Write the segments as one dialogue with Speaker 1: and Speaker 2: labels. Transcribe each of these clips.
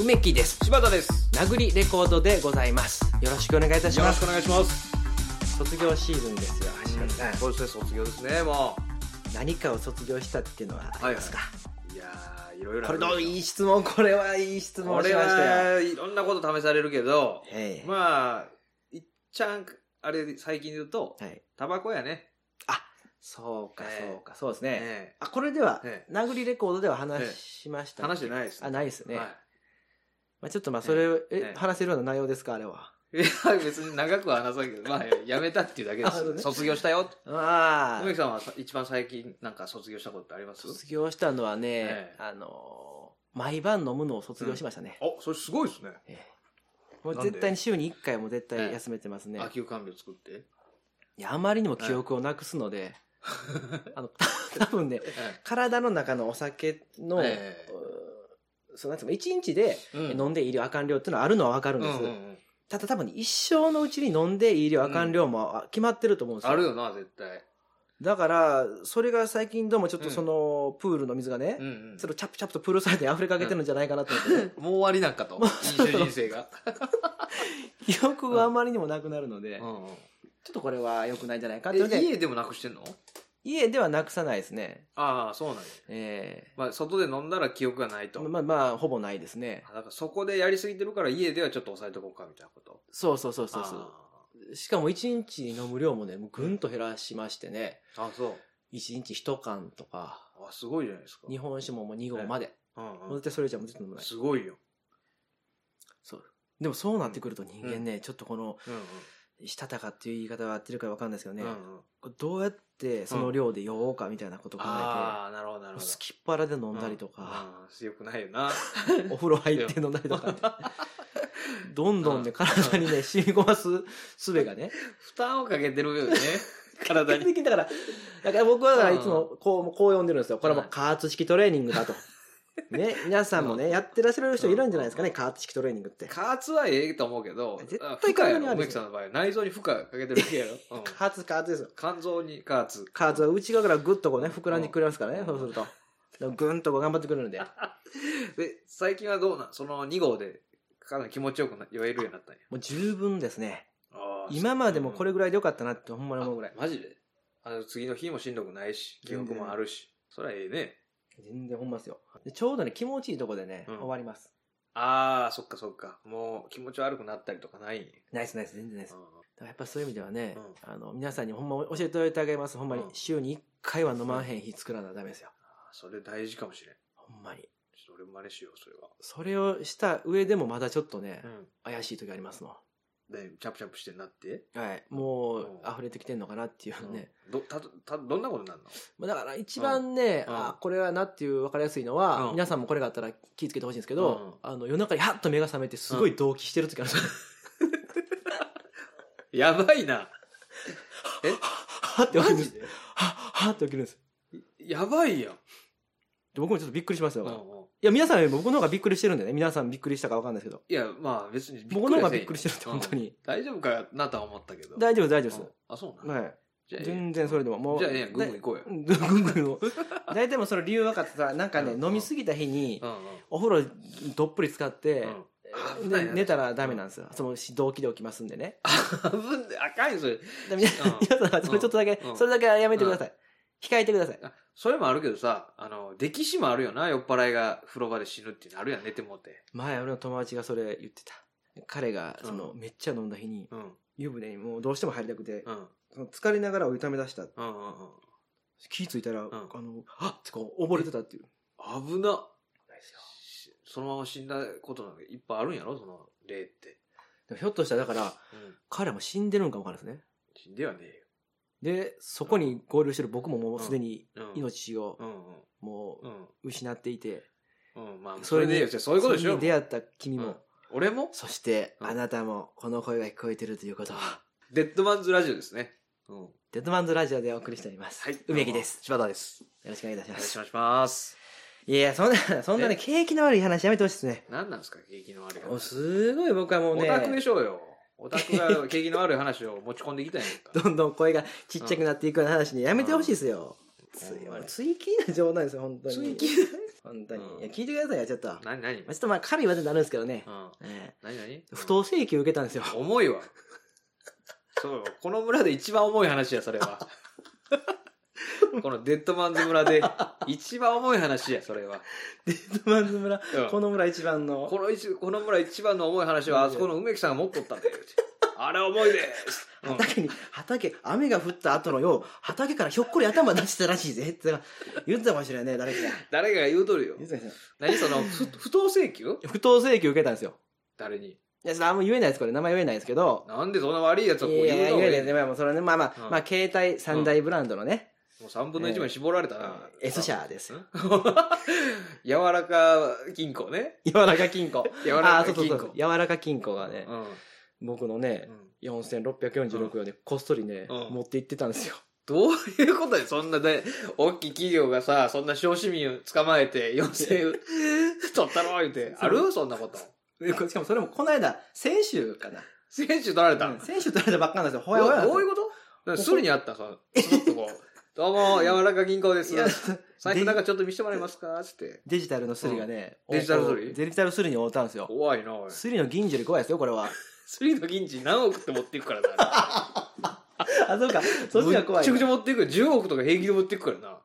Speaker 1: 梅木です
Speaker 2: 柴田です
Speaker 1: 殴りレコードでございますよろしくお願いいたし
Speaker 2: よろ
Speaker 1: ま
Speaker 2: し
Speaker 1: す
Speaker 2: くお願いします
Speaker 1: 卒業シーズンですよ橋本さん、
Speaker 2: そうですね卒業ですねも
Speaker 1: 何かを卒業したっていうのはありますか、
Speaker 2: ういやーいろいろ
Speaker 1: これどうい
Speaker 2: い
Speaker 1: い質問これはいい質問
Speaker 2: こ
Speaker 1: をし
Speaker 2: れ
Speaker 1: ましたよ
Speaker 2: はいろんなこと試されるけど
Speaker 1: ええ
Speaker 2: まあいっちゃんあれ最近で言うと
Speaker 1: はい、
Speaker 2: タバコやね
Speaker 1: そうか
Speaker 2: ええ
Speaker 1: そうか、そうですね、
Speaker 2: え
Speaker 1: あこれでは、
Speaker 2: え
Speaker 1: 殴りレコードでは話しました
Speaker 2: え
Speaker 1: っけ、
Speaker 2: 話してないです
Speaker 1: あないですね、
Speaker 2: は
Speaker 1: まあ、ちょっとまあそれ、え
Speaker 2: ええ
Speaker 1: 話せるような内容ですかあれはい
Speaker 2: いや別に長くは話さないけどまあやめたっていうだけで
Speaker 1: あなるほど
Speaker 2: す
Speaker 1: ね
Speaker 2: 卒業したよ
Speaker 1: あ
Speaker 2: 梅
Speaker 1: あ
Speaker 2: 木さんはさ一番最近なんか卒業したことってあります
Speaker 1: 卒業したのはね、
Speaker 2: ええ
Speaker 1: あのー毎晩飲むのを卒業しましたね、
Speaker 2: おそれすごいですね
Speaker 1: ええもう
Speaker 2: なんで
Speaker 1: 絶対に週に1回も絶対休めてますね、
Speaker 2: 秋休看病作って
Speaker 1: いやあまりにも記憶をなくすので、あの 多分ね体の中のお酒の、
Speaker 2: ええ
Speaker 1: うーそうなんていうの一日で
Speaker 2: うん
Speaker 1: 飲んでいい量あかん量っていうのはあるのはわかるん
Speaker 2: う
Speaker 1: で
Speaker 2: ん
Speaker 1: す、
Speaker 2: うんうん
Speaker 1: ただ多分ね一生のうちに飲んでいい量あかん量もあ決まってると思うんですよ、
Speaker 2: あるよな絶対
Speaker 1: だからそれが最近どうもちょっとその、プールの水がね、
Speaker 2: うんうん
Speaker 1: それをチャプチャプとプールサイドに溢れかけてるんじゃないかなと思ってね、
Speaker 2: もう終わりなんかと
Speaker 1: もう
Speaker 2: 飲酒人生が
Speaker 1: 記憶があまりにもなくなるので、ちょ
Speaker 2: うんうん
Speaker 1: っとこれは良くないんじゃないかっていうの
Speaker 2: え
Speaker 1: で
Speaker 2: 家でもなくしてんの
Speaker 1: 家ではなくさないですね
Speaker 2: ああそうなんや
Speaker 1: え
Speaker 2: まあ外で飲んだら記憶がない
Speaker 1: え
Speaker 2: と
Speaker 1: まあまあほぼないですね
Speaker 2: あなんかそこでやりすぎてるから家ではちょっと抑えとこうかみたいなこと
Speaker 1: そうそうそうそう
Speaker 2: あ
Speaker 1: そうしかも一日に飲む量もねもうぐんと減らしましてね
Speaker 2: ああそう
Speaker 1: 一日一缶とか
Speaker 2: あすごいじゃないですか
Speaker 1: 日本酒ももう2合まで、
Speaker 2: うん
Speaker 1: もう
Speaker 2: うん
Speaker 1: 絶対それじゃもう絶対飲まない
Speaker 2: すごいよ
Speaker 1: そうでもそうなってくると人間ね、ちょっとこの
Speaker 2: うんうん
Speaker 1: したたかっていう言い方は合ってるかわかんないですけどね、
Speaker 2: うんうん
Speaker 1: どうやってその量で酔おうかみたいなことを考えて、
Speaker 2: ああなるほどなる
Speaker 1: もう
Speaker 2: ほど
Speaker 1: すきっ腹で飲んだりとか、
Speaker 2: うんうんよくないよな
Speaker 1: お風呂入って飲んだりとかね、どんどんね、体にね、染み込ます術がね。
Speaker 2: 負担をかけてるよね体に
Speaker 1: 結局だから、だから僕はだから
Speaker 2: うん
Speaker 1: いつもこう、こう呼んでるんですよ。これはもう加圧式トレーニングだと。 ね、皆さんも
Speaker 2: う
Speaker 1: ね、
Speaker 2: ん
Speaker 1: やってらっしゃる人いるんじゃないですかね、加圧式トレーニングって。
Speaker 2: 加圧はええと思うけど
Speaker 1: 絶対
Speaker 2: あ負荷や
Speaker 1: 体に
Speaker 2: ろ
Speaker 1: ある
Speaker 2: 梅木さんの場合内臓に負荷かけてるわけやろ、 うん
Speaker 1: 加圧、加圧ですよ。
Speaker 2: 肝臓に加圧
Speaker 1: 加圧は内側からぐっとこうね、膨らんでくれますからね
Speaker 2: う、ん
Speaker 1: そうする と。でもぐんとこう頑張ってくれるんで。
Speaker 2: で最近はどうなんその2号でかなり気持ちよくな酔えるようになったんや
Speaker 1: もう十分ですね。
Speaker 2: あー
Speaker 1: 今までもこれぐらいでよかったなって、ほんま
Speaker 2: あ
Speaker 1: に思うぐらい。
Speaker 2: マジであの次の日もしんどくないし記憶もあるしそりゃええね
Speaker 1: 全然ほんまですよ。でちょうどね、気持ちいいとこでね、
Speaker 2: うん
Speaker 1: 終わります。
Speaker 2: ああそっかそっかもう気持ち悪くなったりとかないんや
Speaker 1: ナイスナイス、全然ナイス。だからやっぱそういう意味ではね、
Speaker 2: う
Speaker 1: あの、皆さんにほんま教えておいてあげます。ほんまに
Speaker 2: うん
Speaker 1: 週に1回は飲まんへん日作らなダメですよ。
Speaker 2: あーそれ大事かもしれん
Speaker 1: ほんまに。
Speaker 2: ちょっと俺も真似しようそれは
Speaker 1: それをした上でもまだちょっとね、
Speaker 2: うん
Speaker 1: 怪しい時ありますの。
Speaker 2: でチャプチャプしてなって
Speaker 1: はい。もう
Speaker 2: うん
Speaker 1: 溢れてきてんのかなっていうのね。
Speaker 2: うんどたたどんなことになるの
Speaker 1: まあだから一番ね、
Speaker 2: うん
Speaker 1: あ、これはなっていう分かりやすいのは、
Speaker 2: うん
Speaker 1: 皆さんもこれがあったら気をつけてほしいんですけど、あの、夜中にハッと目が覚めてすごい動悸してる時あるじゃないですか。
Speaker 2: やばいな
Speaker 1: ハッて起きるんです。ハッ、ハッて起きるんです。
Speaker 2: やばいやん
Speaker 1: で僕もちょっとびっくりしましたよ。
Speaker 2: うんうん
Speaker 1: いや、皆さんよりも僕の方がびっくりしてるんでね。皆さんびっくりしたかわかんないですけど。
Speaker 2: いやまあ別にびっくり
Speaker 1: 僕
Speaker 2: は
Speaker 1: の方が
Speaker 2: せ
Speaker 1: び
Speaker 2: んよ
Speaker 1: っくりしてるって本当に。
Speaker 2: 大丈夫かなとは思ったけど
Speaker 1: 大丈夫です大丈夫
Speaker 2: うんあそうなん、
Speaker 1: で
Speaker 2: じゃあ
Speaker 1: す。はい。全然それでも。もう。
Speaker 2: じゃあええやんグングン行こうよ
Speaker 1: だうんグングンの。 大体もうその理由分かってさ、なんかね、
Speaker 2: うん
Speaker 1: 飲みすぎた日に
Speaker 2: う、ん
Speaker 1: お風呂どっぷり使って、
Speaker 2: うんうん、危ない
Speaker 1: で
Speaker 2: な
Speaker 1: 寝たらダメなんですよ。その動機で起きますんでね。
Speaker 2: 危んあかんよそれ
Speaker 1: で皆さん
Speaker 2: うん
Speaker 1: 皆さん、それちょっとだけ
Speaker 2: う、ん
Speaker 1: それだけはやめてください。控えてください。
Speaker 2: あそれもあるけどさあの溺死もあるよな酔っ払いが風呂場で死ぬっていうのあるやん寝てもうて
Speaker 1: 前、俺の友達がそれ言ってた。彼が、その、
Speaker 2: う
Speaker 1: めっちゃ飲んだ日に、
Speaker 2: うん
Speaker 1: 湯船にもうどうしても入りたくて、
Speaker 2: うん
Speaker 1: その疲れながらお湯ため出した。
Speaker 2: うんうん
Speaker 1: 気付いたら、あの、
Speaker 2: あ
Speaker 1: てか溺れてたっていう。
Speaker 2: うん危なしそのまま死んだことなんかいっぱいあるんやろその霊って、
Speaker 1: でもひょっとしたら、だから、
Speaker 2: うん、
Speaker 1: 彼も死んでるんかもわからないですね。
Speaker 2: 死んではねえ
Speaker 1: で、そこに合流してる僕ももうすでに
Speaker 2: よ、うん、
Speaker 1: 命を
Speaker 2: うんうん
Speaker 1: も
Speaker 2: うん
Speaker 1: う失っていて、
Speaker 2: うんまあ
Speaker 1: そ
Speaker 2: そ
Speaker 1: れ
Speaker 2: れ
Speaker 1: に
Speaker 2: でいいよじゃあそういうことでし
Speaker 1: それ
Speaker 2: ょ
Speaker 1: に出会った君
Speaker 2: うん
Speaker 1: も、
Speaker 2: 俺も
Speaker 1: そして
Speaker 2: うん
Speaker 1: あなたもこの声が聞こえてるということは、
Speaker 2: デッドマンズラジオですねうんは
Speaker 1: デッドマンズラジオでお送りしております。梅木です。
Speaker 2: 柴田です
Speaker 1: よろしくお願いいたし
Speaker 2: お
Speaker 1: ま
Speaker 2: 願いし
Speaker 1: す。
Speaker 2: ますします
Speaker 1: いやいや、そんな、そんなね、景気の悪い話やめてほしいですね。
Speaker 2: 何なんですか景気の悪い話
Speaker 1: おすごい僕はもう
Speaker 2: オ
Speaker 1: ね、
Speaker 2: タクでしょうよオタクが 景気の悪い話を持ち込んできたんやんか
Speaker 1: どんどん声がちっちゃくなっていくような話ね、やめてほしいですよ。
Speaker 2: うん
Speaker 1: つい追記な冗談ですよ、本当に。
Speaker 2: 追記
Speaker 1: 本当に。
Speaker 2: うん
Speaker 1: いや、聞いてくださいよ、ちょっと。ま
Speaker 2: 何何
Speaker 1: あちょっとまあ、軽い話になるんですけどね。
Speaker 2: うん。
Speaker 1: ええ
Speaker 2: 何何
Speaker 1: 不当請求受けたんですよ。
Speaker 2: うん重いわ。そうよこの村で一番重い話や、それ は。このデッドマンズ村で一番重い話や、それは。
Speaker 1: デッドマンズ村、
Speaker 2: うん
Speaker 1: この村一番の。
Speaker 2: この一この村一番の重い話はあそこの梅木さんが持っとったんだよ。あれ重いです。うん
Speaker 1: 畑に、畑、雨が降った後のよう、畑からひょっこり頭出してたらしいぜ。って言ってたかもしれないね、誰かが。
Speaker 2: 誰が言うとるよ。
Speaker 1: 言ってたかもし
Speaker 2: 何その、ふ不当請求
Speaker 1: れない不当請求受けたんですよ。
Speaker 2: 誰に。
Speaker 1: いや、ちょっとあんま言えないです、これ。名前言えないですけど。
Speaker 2: なんでそんな悪いやつをこう
Speaker 1: いやいや
Speaker 2: 言
Speaker 1: 言
Speaker 2: うの
Speaker 1: えないですね。まあまあ、それはね、まあまあ、
Speaker 2: うん
Speaker 1: まあ、携帯三大ブランドのね、
Speaker 2: もう3分の1まで絞られたな。
Speaker 1: えー S 社です
Speaker 2: ん。柔らか銀行ね。
Speaker 1: 柔らか金庫。
Speaker 2: 柔 ら
Speaker 1: ああ、そ
Speaker 2: か
Speaker 1: うそう
Speaker 2: 銀
Speaker 1: そ
Speaker 2: 行。
Speaker 1: う。柔らか金庫がね
Speaker 2: う、ん。
Speaker 1: 僕のね
Speaker 2: う、ん
Speaker 1: 4646円でこっそりね、
Speaker 2: うん
Speaker 1: 持って行ってたんですよ。
Speaker 2: どういうことでそんなで、大きい企業がさ、そんな小市民を捕まえて、4000取ったろ言 うて。あるそんなこと。
Speaker 1: でこしかもそれもこの間、先週かな。
Speaker 2: 選手取られた。
Speaker 1: うん先週取られたばっかなんですよ。
Speaker 2: ど
Speaker 1: ほ
Speaker 2: う
Speaker 1: やほやなんです
Speaker 2: ど
Speaker 1: よ。
Speaker 2: ういうことすぐにあったさ、スッとこう。 どうも、柔らか銀行です
Speaker 1: い。や
Speaker 2: 財布なんかちょっと見せてもらえますかつって。
Speaker 1: デジタルのスリがね、
Speaker 2: うんデジタルスリ
Speaker 1: デジタルスリに覆ったんですよ。
Speaker 2: 怖いな、おい。
Speaker 1: スリの銀次より怖いですよ、これ は。
Speaker 2: スリーの銀次何億って持っていくからな。
Speaker 1: あ、そうか。そっちが怖い
Speaker 2: めっちゃくちゃ持っていくよ。10億とか平気で持っていくからな。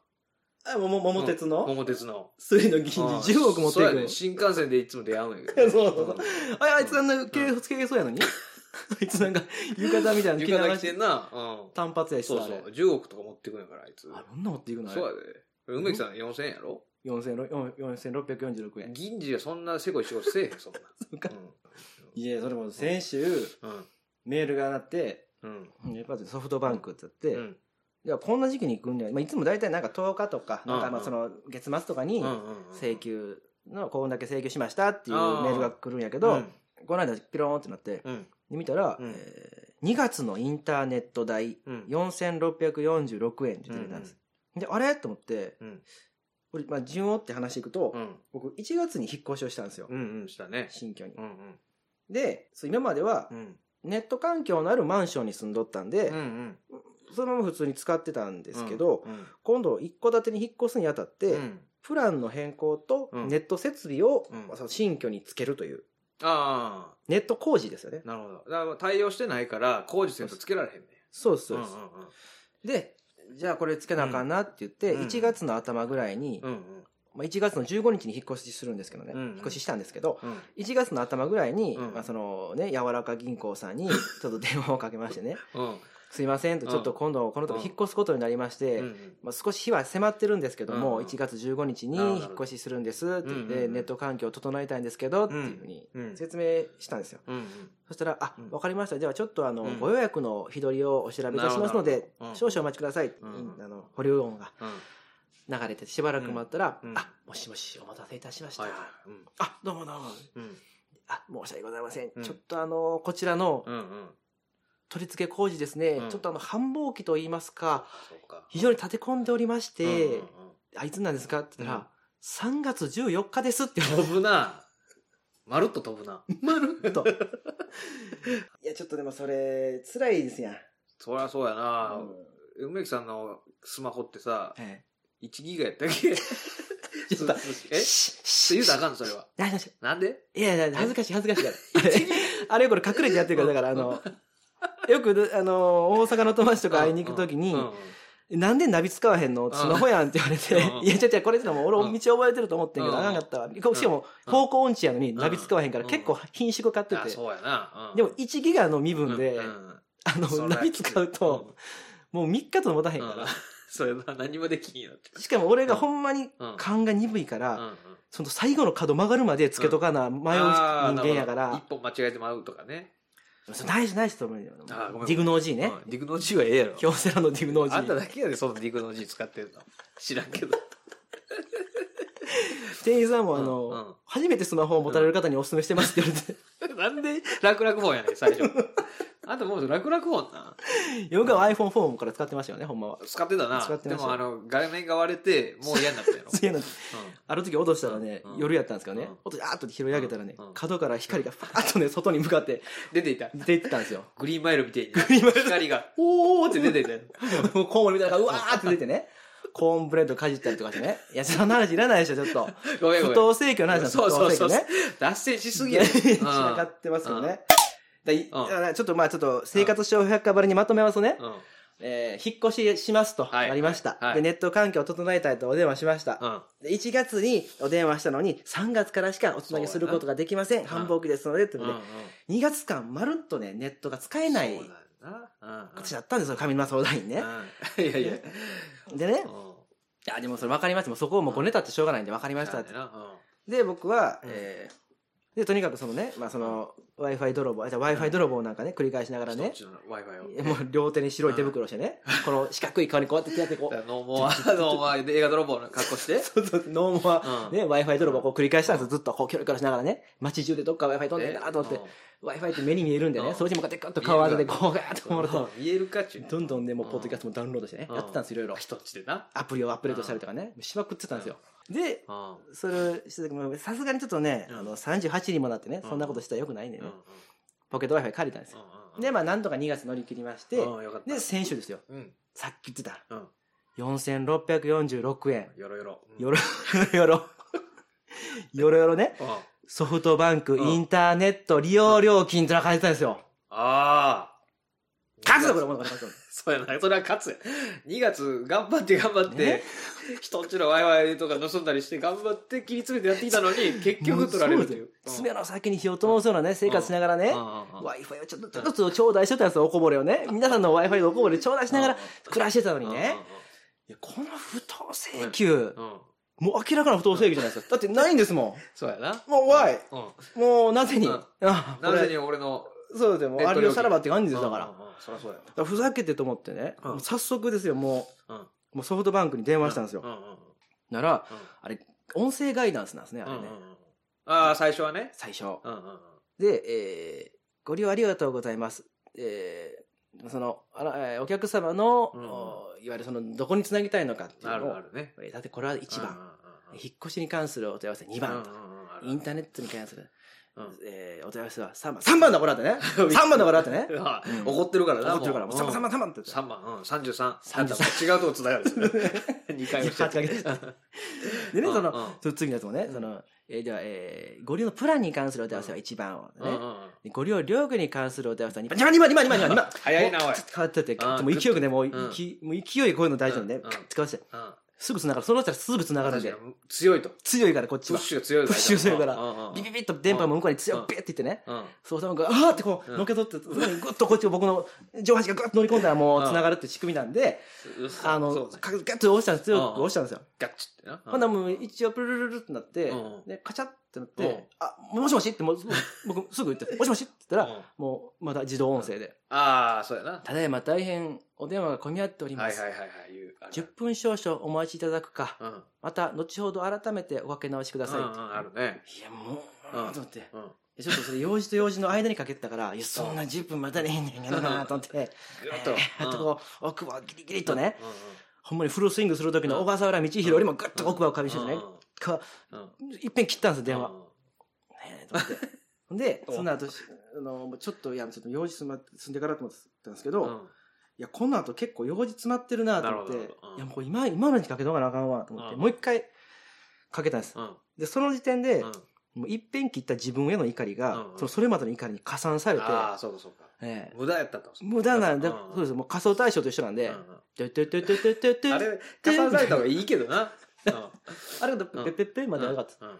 Speaker 1: あ、もも桃鉄の
Speaker 2: 桃鉄の。
Speaker 1: スリの銀次10億持ってい
Speaker 2: そうや
Speaker 1: くの
Speaker 2: ね。新幹線でいつも出会うのよ。
Speaker 1: そうそう
Speaker 2: うん
Speaker 1: ああいつあんな、け、つけそうやのに。あいつなんか、浴衣みたいなの
Speaker 2: 浴
Speaker 1: 着なが
Speaker 2: 衣
Speaker 1: ら
Speaker 2: 着てんな。うん。
Speaker 1: 単発やし
Speaker 2: そう
Speaker 1: さ、あ
Speaker 2: そ
Speaker 1: れ。
Speaker 2: う。10億とか持っていくんやから、あいつ。
Speaker 1: あ、そんな持っていくの
Speaker 2: そうやで。梅木さん4000円やろ
Speaker 1: 4646円。
Speaker 2: 銀次はそんなせこい仕事せえへん、そんな。
Speaker 1: うか
Speaker 2: う
Speaker 1: いや、それも先週、
Speaker 2: ん。うん。
Speaker 1: メールがなって、
Speaker 2: うん。
Speaker 1: やっぱりソフトバンクって言
Speaker 2: う
Speaker 1: って、
Speaker 2: ん。
Speaker 1: いや、こんな時期に行くんじゃないまあいつも大体なんか10日とか、なんかまあ
Speaker 2: うん
Speaker 1: その、月末とかに、請求の、こんだけ請求しましたっていうメールが来るんやけ
Speaker 2: け
Speaker 1: ど、この間ピローンってなって、
Speaker 2: うん。
Speaker 1: で見たら、
Speaker 2: うん
Speaker 1: えー2月のインターネット代
Speaker 2: うん。
Speaker 1: 4646円って出てたんです。で、あれと思って、
Speaker 2: うん
Speaker 1: これ、まあ、順を追って話していくと、
Speaker 2: うん。
Speaker 1: 僕1月に引っ越しをしたんですよ。
Speaker 2: うん。うん。したね。
Speaker 1: 新居に。
Speaker 2: うん。うん。
Speaker 1: で、そう今までは
Speaker 2: う、ん。
Speaker 1: ネット環境のあるマンションに住んどったんで、
Speaker 2: うん。うん。
Speaker 1: そのまま普通に使ってたんですけど、
Speaker 2: うん。
Speaker 1: 今度一戸建てに引っ越すにあたって、
Speaker 2: うん。
Speaker 1: プランの変更と
Speaker 2: うん
Speaker 1: ネット設備を、
Speaker 2: うん
Speaker 1: まあその新居につけるという、
Speaker 2: あ
Speaker 1: ネット工事ですよね
Speaker 2: あ。。なるほど。だから対応してないから、工事せんとつけられへんね。
Speaker 1: そうです、そうです。
Speaker 2: んうん
Speaker 1: で、じゃあこれつけなあかんなって言って、
Speaker 2: うん
Speaker 1: 1月の頭ぐらいに、
Speaker 2: うんうん
Speaker 1: まあ、1月の15日に引っ越しするんですけどね、
Speaker 2: うんうん
Speaker 1: 引っ越ししたんですけど、
Speaker 2: うん。
Speaker 1: 1月の頭ぐらいに、
Speaker 2: うん
Speaker 1: まあ、そのね、柔らか銀行さんに、ちょっと電話をかけまして ね、
Speaker 2: うん。
Speaker 1: すいませんと、
Speaker 2: うん
Speaker 1: ちょっと今度このとこ引っ越すことになりまして、
Speaker 2: うん。
Speaker 1: まあ、少し日は迫ってるんですけど
Speaker 2: うん
Speaker 1: も、
Speaker 2: うん
Speaker 1: 1月15日に
Speaker 2: なるほど
Speaker 1: 引っ越しするんですって言って、
Speaker 2: うんうんうん
Speaker 1: ネット環境を整えたいんですけど、っていうふうに
Speaker 2: うん。
Speaker 1: 説明したんですよ。
Speaker 2: うん。
Speaker 1: そしたら、あ
Speaker 2: う、ん
Speaker 1: わかりました。じゃあちょっとあの、
Speaker 2: うん
Speaker 1: ご予約の日取りをお調べいたしますの
Speaker 2: な
Speaker 1: で
Speaker 2: るほどなるほどう、ん
Speaker 1: 少々お待ちください。
Speaker 2: ん
Speaker 1: あの、保留音が
Speaker 2: うん。
Speaker 1: 流れてしばらく待ったら、
Speaker 2: うんうん
Speaker 1: あ、もしもし、お待たせいたしました。
Speaker 2: はいはい。うん。
Speaker 1: あ、どうもどうも。
Speaker 2: うん。
Speaker 1: あ、申し訳ございません。
Speaker 2: うん
Speaker 1: ちょっとあの、こちらの
Speaker 2: うんうん。
Speaker 1: 取り付け工事ですね、
Speaker 2: うん
Speaker 1: ちょっとあの、繁忙期といいますか、
Speaker 2: そうか。
Speaker 1: 非常に立て込んでおりまして、
Speaker 2: うん
Speaker 1: あいつなんですかって言ったら、
Speaker 2: うん
Speaker 1: 3月14日ですって言わ
Speaker 2: うんうん飛ぶな。まるっと飛ぶな。
Speaker 1: れると。いや、ちょっとでもそれ、辛いですやん。
Speaker 2: そりゃそうやな
Speaker 1: う。ん
Speaker 2: 梅木さんのスマホってさ、
Speaker 1: え
Speaker 2: 1ギガやったっけ
Speaker 1: え ちょっと、
Speaker 2: え
Speaker 1: しし
Speaker 2: 言うたらあかんのそれは。
Speaker 1: 大丈夫
Speaker 2: なんで
Speaker 1: いやいや、恥ずかしい、恥ずかしいから。 あれ、これ隠れてやってるから、だから、あの、よく、あの、大阪の友達とか会いに行くときに
Speaker 2: うんう、ん
Speaker 1: なんでナビ使わへんのスマホやんって言われて
Speaker 2: う、ん
Speaker 1: いや、ちょちょ、これってのもう
Speaker 2: う
Speaker 1: 俺、
Speaker 2: ん
Speaker 1: 道覚えてると思ってんけど、
Speaker 2: うん
Speaker 1: あかんかったわ。こうしかも、
Speaker 2: うん
Speaker 1: 方向音痴やのに
Speaker 2: ん
Speaker 1: ナビ使わへんから、
Speaker 2: うん
Speaker 1: 結構品種を買って
Speaker 2: あ
Speaker 1: て。
Speaker 2: そうやな。うん
Speaker 1: でも、、1ギガの身
Speaker 2: う
Speaker 1: 分
Speaker 2: ん
Speaker 1: で、
Speaker 2: うん
Speaker 1: あの、ナビ使うと、、もう3日ともたへん
Speaker 2: そら
Speaker 1: か
Speaker 2: うん
Speaker 1: ら。
Speaker 2: それな、何もできんよって。
Speaker 1: しかも俺がほんまに
Speaker 2: うん
Speaker 1: 勘が鈍いか
Speaker 2: うん
Speaker 1: ら、
Speaker 2: うん
Speaker 1: その最後の角曲がるまでつけとかな、迷う人
Speaker 2: あー
Speaker 1: 間やか
Speaker 2: なる
Speaker 1: ら、
Speaker 2: ほど一本間違えてもらうとかね。
Speaker 1: そうないしないしと思うよ。デ
Speaker 2: あーごめん
Speaker 1: ィグノージーね。
Speaker 2: うんディグノジーはええやろ。
Speaker 1: 京セラのディグノージ
Speaker 2: あんた
Speaker 1: ー。
Speaker 2: だけやで、そのディグノジー使ってるの。知らんけど。
Speaker 1: 店員さんもあ
Speaker 2: うんう
Speaker 1: の
Speaker 2: ん、
Speaker 1: 初めてスマホを持たれる方にお勧めしてますって言われて。
Speaker 2: なんで楽々本やねん、最初。あんたもう楽々本な。
Speaker 1: よく iPhone4 から使ってましたよね、ほんまは。
Speaker 2: 使ってたな。
Speaker 1: 使ってま
Speaker 2: で
Speaker 1: した
Speaker 2: も、あの、画面が割れて、もう嫌になった やろ。
Speaker 1: そういうのある時落としたらね、
Speaker 2: うん
Speaker 1: 夜やったんですけどね
Speaker 2: うん、
Speaker 1: 落として、あーっと拾い上げたらね、
Speaker 2: うん
Speaker 1: 角から光がパーッとね、外に向かって
Speaker 2: 出ていた。
Speaker 1: 出て行ったんですよ。
Speaker 2: グリーンマイルみたいに。
Speaker 1: リーンマイル
Speaker 2: 光が、おーおーって出ていたよ。
Speaker 1: もうコウモリみたいなのがうわーって出てね、コーンブレッドかじったりとかしてね。いや、そんな話いらないでしょ、ちょっと。
Speaker 2: ごめんご
Speaker 1: 不
Speaker 2: めん。
Speaker 1: 当請求の話なんです
Speaker 2: そうそうそ
Speaker 1: 不当
Speaker 2: う
Speaker 1: 請求ね。
Speaker 2: 脱線しすぎ
Speaker 1: い
Speaker 2: や
Speaker 1: や
Speaker 2: ね。
Speaker 1: しなかってますけどね。だいだからちょっとまあちょっと生活小百科ばりにまとめますとね、
Speaker 2: うん。うん。
Speaker 1: えー引っ越ししますと
Speaker 2: はい
Speaker 1: なりました、
Speaker 2: はいはい
Speaker 1: で。ネット環境を整えたいとお電話しました。
Speaker 2: うん。
Speaker 1: で1月にお電話したのに、3月からしかおつなぎすることができません。
Speaker 2: な
Speaker 1: 繁忙期ですので、といううんこ
Speaker 2: う
Speaker 1: と
Speaker 2: ん
Speaker 1: で、2月間まるっとね、ネットが使えない
Speaker 2: そうだよな。うん。
Speaker 1: 私だったんですよ、上沼相談員ね。
Speaker 2: うん。い やいや。
Speaker 1: でね
Speaker 2: う、ん
Speaker 1: いや、でもそれ分かります。もうそこをもうごねたってしょうがないんで分かりましたって
Speaker 2: そう。やな
Speaker 1: で、僕は、
Speaker 2: うん
Speaker 1: えーで、とにかくそのね、まあその、Wi-Fi 泥棒、あじゃあ Wi-Fi 泥棒なんかね、繰り返しなが
Speaker 2: う
Speaker 1: ら
Speaker 2: ん。
Speaker 1: ね
Speaker 2: ち、ょっと Wi-Fi を。
Speaker 1: もう両手に白い手袋をしてね、この四角い顔にこうやって手やってこ
Speaker 2: だ
Speaker 1: う
Speaker 2: からノー モア、ノーモアで映画泥棒の格好して。
Speaker 1: そうそう、ノーマ
Speaker 2: う
Speaker 1: は、
Speaker 2: ん
Speaker 1: ね、Wi-Fi 泥棒をこう繰り返したんですよずっとこうキョロキョロしながらね、街中でどっか Wi-Fi 飛んでんなと思 って、Wi-Fi って目に見えるんで
Speaker 2: う
Speaker 1: ね、
Speaker 2: ん
Speaker 1: それに向かってガッと顔を当てて、こうガーッと
Speaker 2: うん
Speaker 1: 守ると、
Speaker 2: 見えるかっちゅうね。
Speaker 1: どんどんね、もう
Speaker 2: うん
Speaker 1: ポッドキャストもダウンロードしてね、
Speaker 2: うん
Speaker 1: やってたんですよ、いろいろ。
Speaker 2: 人っちでな。
Speaker 1: アプリをアップデートしたりとかね、しまくってたんですよ。で、
Speaker 2: うん。うん
Speaker 1: それをしてた時もさすがにちょっとね、
Speaker 2: うん
Speaker 1: あの、38にもなってね、
Speaker 2: うん
Speaker 1: そんなことしたらよくないんで
Speaker 2: うん
Speaker 1: ね
Speaker 2: うん、
Speaker 1: ポケット Wi-Fi 借りたんですよ。
Speaker 2: うん。
Speaker 1: で、まあ、なんとか2月乗り切りまして、
Speaker 2: うん、よかった
Speaker 1: で、先週ですよ。
Speaker 2: うん。
Speaker 1: さっき言ってた。
Speaker 2: うん。
Speaker 1: 4646円。
Speaker 2: よろよろ。
Speaker 1: よろよろ。よろよろね。
Speaker 2: うん。あ
Speaker 1: ソフトバンク
Speaker 2: うん
Speaker 1: インターネット利用料金というのが書いてたんですよ。
Speaker 2: あー。
Speaker 1: 勝つぞ、これ。もう勝つぞ
Speaker 2: そうやな。それは勝つ。2月、頑張って頑張って
Speaker 1: ね、
Speaker 2: 人んちのワイワイとか盗んだりして、頑張って切り詰めてやってきたのに、結
Speaker 1: も
Speaker 2: 局
Speaker 1: う
Speaker 2: 取られるという。
Speaker 1: そうですよ爪の先に火を灯すようなね、生活しながらね。Wi-Fi をちょっと、ちょっと頂戴してたんですよ、おこぼれをね。皆さんの Wi-Fi をおこぼれ頂戴しながら暮らしてたのにね。いやこの不当請求
Speaker 2: う、ん。うん。
Speaker 1: もう明らかな不当請求じゃないですか。だってないんですも
Speaker 2: そうやな。
Speaker 1: ん。もう why?
Speaker 2: うん。
Speaker 1: もうなぜに、
Speaker 2: うん
Speaker 1: あこ
Speaker 2: な
Speaker 1: れ
Speaker 2: ぜに俺の。
Speaker 1: そうですよ、もう
Speaker 2: ネッ
Speaker 1: あ
Speaker 2: ト料
Speaker 1: れ
Speaker 2: 金
Speaker 1: をさらばって感じですよだから。
Speaker 2: う
Speaker 1: だ
Speaker 2: んうんうん。そりゃそうやな。
Speaker 1: からふざけてと思ってね、
Speaker 2: うん
Speaker 1: もう早速ですよ、も
Speaker 2: うん。
Speaker 1: う、もうソフトバンクに電話したんですよ。
Speaker 2: うんうんうん。
Speaker 1: なら、
Speaker 2: うん
Speaker 1: あれ、音声ガイナンスなんですね、あ
Speaker 2: う
Speaker 1: れ
Speaker 2: ん
Speaker 1: ね。
Speaker 2: うんうんああ、最初はね。
Speaker 1: 最初。
Speaker 2: うんうんうん。
Speaker 1: で、えーご利用ありがとうございます。えーその、あらえーお客様の、
Speaker 2: うん
Speaker 1: おいわゆるその、どこにつなぎたいのかってい
Speaker 2: あ
Speaker 1: うの
Speaker 2: る
Speaker 1: を
Speaker 2: あ、るね。
Speaker 1: えーだってこれは1
Speaker 2: うん
Speaker 1: 番、
Speaker 2: うんうん。
Speaker 1: 引っ越しに関するお問い合わせ2
Speaker 2: うんう
Speaker 1: 番
Speaker 2: んうんあるある
Speaker 1: インターネットに関する、
Speaker 2: うん
Speaker 1: えーお問い合わせは3番。3番だ、これだ ってね。3番だ、これだってね。
Speaker 2: ああ
Speaker 1: うん
Speaker 2: 怒ってるからな。
Speaker 1: 怒ってるから、もう3番、3番、3番って言って。
Speaker 2: 三番、うん、33。
Speaker 1: 33
Speaker 2: 33。違うとこつながる。2回 押しちゃった
Speaker 1: いや間違えでね、
Speaker 2: うん
Speaker 1: その
Speaker 2: う、ん
Speaker 1: その次のやつもね、
Speaker 2: うん
Speaker 1: その、えーでは、えーご利用のプランに関するお問い合わせは1番をね、
Speaker 2: うんうんうん
Speaker 1: でご利用料金に関するお問い合わせは2番、2番、2番、2番、2番、2番。
Speaker 2: 早いな、
Speaker 1: も
Speaker 2: お
Speaker 1: う
Speaker 2: い
Speaker 1: ちょ。っと変わってって、
Speaker 2: うん
Speaker 1: もう勢いよくね、もう、
Speaker 2: ん
Speaker 1: 勢いもう勢いでこういうの大事なんで、
Speaker 2: うん
Speaker 1: ガッて使わせて、
Speaker 2: うん
Speaker 1: すぐ繋がる。その人はすぐ繋がるんで
Speaker 2: 確、かに強いと。
Speaker 1: 強いからこっち
Speaker 2: プッ
Speaker 1: は。
Speaker 2: シュが強い
Speaker 1: プッシュ強いから
Speaker 2: うんうんうん
Speaker 1: ビビビッと電波も向こうに強
Speaker 2: う
Speaker 1: くビ
Speaker 2: ん
Speaker 1: ッていってね、
Speaker 2: うん。
Speaker 1: そうたまが、あーってこう、
Speaker 2: うん
Speaker 1: のけ取って、グッとこっちを僕の上半身がグッと乗り込んだらも
Speaker 2: う
Speaker 1: うん繋がるって仕組みなんで、あ
Speaker 2: そう
Speaker 1: の、
Speaker 2: ね
Speaker 1: かガッと押したんですよ、
Speaker 2: うん
Speaker 1: 押したんですよ。
Speaker 2: ガッチってな。
Speaker 1: ほんならもう一応プルルルルってなって
Speaker 2: うん、
Speaker 1: で、カチャってなっ
Speaker 2: うん
Speaker 1: て、あ、もしもしってもう、僕すぐ言って、もしもしって言った
Speaker 2: う
Speaker 1: ら、
Speaker 2: ん
Speaker 1: もうまた自動音声で、
Speaker 2: ああ、そうやな。は
Speaker 1: ただいま大変お電話が混み合っており
Speaker 2: い
Speaker 1: ま
Speaker 2: はい
Speaker 1: す
Speaker 2: は。いはい。言うある
Speaker 1: 10分少々お待ちいただくか、
Speaker 2: うん。うん
Speaker 1: また後ほど改めておかけ直しください。
Speaker 2: うん、あるね。
Speaker 1: いや、もう、
Speaker 2: うん
Speaker 1: と思って。い
Speaker 2: うん。
Speaker 1: やちょっとそれ、用事と用事の間にかけてたから、いや、そんな10分待たれへんねんけどなと思 って、
Speaker 2: ぐっ
Speaker 1: え
Speaker 2: と。
Speaker 1: ーっとこう、奥歯をギリギリとね、
Speaker 2: うん。うんうん
Speaker 1: ほんまにフルスイングする時の小笠原道弘よりもグッと奥歯をかみし
Speaker 2: う
Speaker 1: て
Speaker 2: ん
Speaker 1: ね、か、
Speaker 2: うんうん。
Speaker 1: いっぺん切ったんですよ、電話。
Speaker 2: うん。
Speaker 1: ねえと思って。ほんで、
Speaker 2: うん
Speaker 1: その後、しあの、ちょっと、いや、ちょっと用事済ま済んでからと思ってたんですけど、
Speaker 2: うん
Speaker 1: いや、この後結構用事詰まってるなと思って、
Speaker 2: なるほどうん
Speaker 1: いや、もう今、今のにかけとかなあかんわと思って、
Speaker 2: うん
Speaker 1: もう一回かけたんです。
Speaker 2: うん。
Speaker 1: で、その時点で、
Speaker 2: うん
Speaker 1: もう一遍切った自分への怒りが、
Speaker 2: うんうん
Speaker 1: そのそれまでの怒りに加算されて、
Speaker 2: ああ、そうかそうか。
Speaker 1: ええ
Speaker 2: 無駄やったと。
Speaker 1: 無駄なんだ、
Speaker 2: うん
Speaker 1: そうです。もう仮想対象と一緒なんで、
Speaker 2: うん
Speaker 1: ててててててて
Speaker 2: あ
Speaker 1: あれ
Speaker 2: れ、加算された方がいいけどな。うん
Speaker 1: あれだとペッペッペッ まで上がった。
Speaker 2: うんうんうん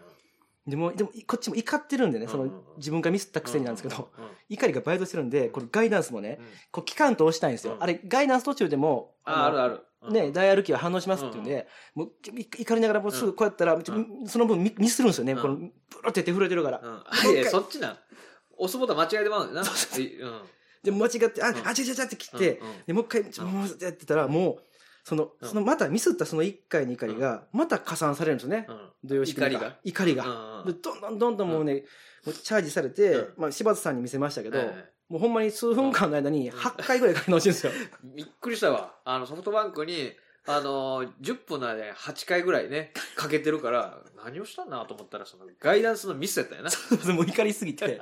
Speaker 1: でも、でも、こっちも怒ってるんでね、そ
Speaker 2: うんうん
Speaker 1: の
Speaker 2: うん
Speaker 1: 自分がミスったくせになんですけど、
Speaker 2: うんうんうん
Speaker 1: 怒りが倍増してるんで、このガイダンスもね
Speaker 2: う、ん
Speaker 1: こう、期間通したいんですよ
Speaker 2: う。ん
Speaker 1: あれ、ガイダンス途中でも、
Speaker 2: あある
Speaker 1: の
Speaker 2: ある。うん
Speaker 1: ね、大歩きは反応しますっていうんで、もう、ちょい怒りながら、もうすぐこうやったら、ちょその分ミミスるんですよね。
Speaker 2: うん
Speaker 1: この、ブロって手震えてるから
Speaker 2: う。ん。あいや、そっちな。押すボタン間違えてまうんだよな。うん。
Speaker 1: で、間違って、あ、
Speaker 2: ん
Speaker 1: あ、ちゃちゃちゃって切って
Speaker 2: うんうん、
Speaker 1: で、もう一回、ちょ
Speaker 2: うん
Speaker 1: もうってやってたら、もう、その、
Speaker 2: うん
Speaker 1: その、またミスったその一回、二回が、また加算されるんですよね
Speaker 2: う。ん。
Speaker 1: 土曜仕組み
Speaker 2: 怒りが
Speaker 1: 怒り
Speaker 2: う
Speaker 1: が。
Speaker 2: んうん
Speaker 1: で、どんどんどんどんもうね、もうチャージされて
Speaker 2: う、
Speaker 1: まあ、柴田さんに見せましたけど、
Speaker 2: え
Speaker 1: もうほんまに数分間の間に8回ぐらいかけ直してるんですよ。
Speaker 2: えびっくりしたわ。あの、ソフトバンクに、あのー、10分の間に8回ぐらいね、かけてるから、何をしたんなと思ったら、その、ガイダンスのミスやったよな。
Speaker 1: もう怒りすぎ て。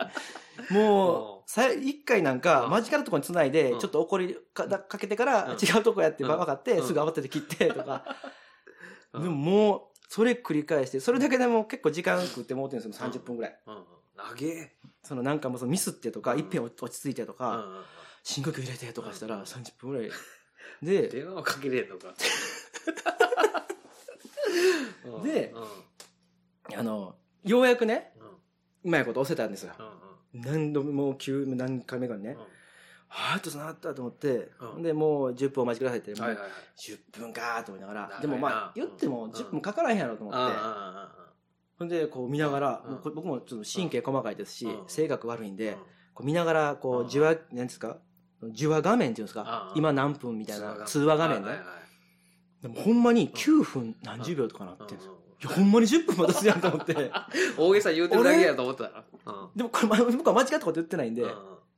Speaker 1: も
Speaker 2: うん
Speaker 1: う、さ一回なん
Speaker 2: う
Speaker 1: か、
Speaker 2: ん
Speaker 1: 間近なところに繋いで
Speaker 2: う、ん
Speaker 1: ちょっと怒りかだかけてから、
Speaker 2: うん
Speaker 1: 違うとこやって
Speaker 2: うん
Speaker 1: ばばかって、
Speaker 2: うん
Speaker 1: すぐ慌てて切ってとか、でももう、それ繰り返して、それだけでも結構時間食ってもうてるんですよ、30分ぐらい。
Speaker 2: うんうん長え
Speaker 1: そのなんかもうそのミスってとか、
Speaker 2: うん
Speaker 1: 一遍落ち着いてと
Speaker 2: う
Speaker 1: か、
Speaker 2: んうん
Speaker 1: 深呼吸入れてとかした
Speaker 2: うん
Speaker 1: ら30分ぐらい。
Speaker 2: うん
Speaker 1: で、
Speaker 2: 電話はかけれん のかうん
Speaker 1: で
Speaker 2: うんうん
Speaker 1: あの、ようやくね、
Speaker 2: うん
Speaker 1: うまいこと押せたんですよ。
Speaker 2: うん
Speaker 1: 何度も、もう急、何回目かにね、はーっとなったと思って、
Speaker 2: うん
Speaker 1: で、もう10分お待ちくださいって、
Speaker 2: うんはいはいはい
Speaker 1: 10分かーと思いながら、
Speaker 2: 長
Speaker 1: で
Speaker 2: いな
Speaker 1: もまあ、言っても10分かからへんやろと思
Speaker 2: あ
Speaker 1: って、
Speaker 2: あ
Speaker 1: ほんで、こう見ながら、
Speaker 2: うん
Speaker 1: もうこれ僕もちょっと神経細かいですし、
Speaker 2: うん
Speaker 1: 性格悪いん
Speaker 2: ああ
Speaker 1: で、
Speaker 2: ああ
Speaker 1: こう見ながら、こ
Speaker 2: うん
Speaker 1: う、受話、なんですか受話画面っていうんですか
Speaker 2: うん
Speaker 1: 今何分みたいな通話画面ね
Speaker 2: はい。はいはい
Speaker 1: でもほんまに9分何十秒とかなって
Speaker 2: うんん
Speaker 1: ですよ。いや、ほんまに10分待たすやんと思 って。
Speaker 2: 大げさ言うてるだけやと思ったらうん
Speaker 1: でもこれ、ま僕は間違ったこと言ってないんで、
Speaker 2: うん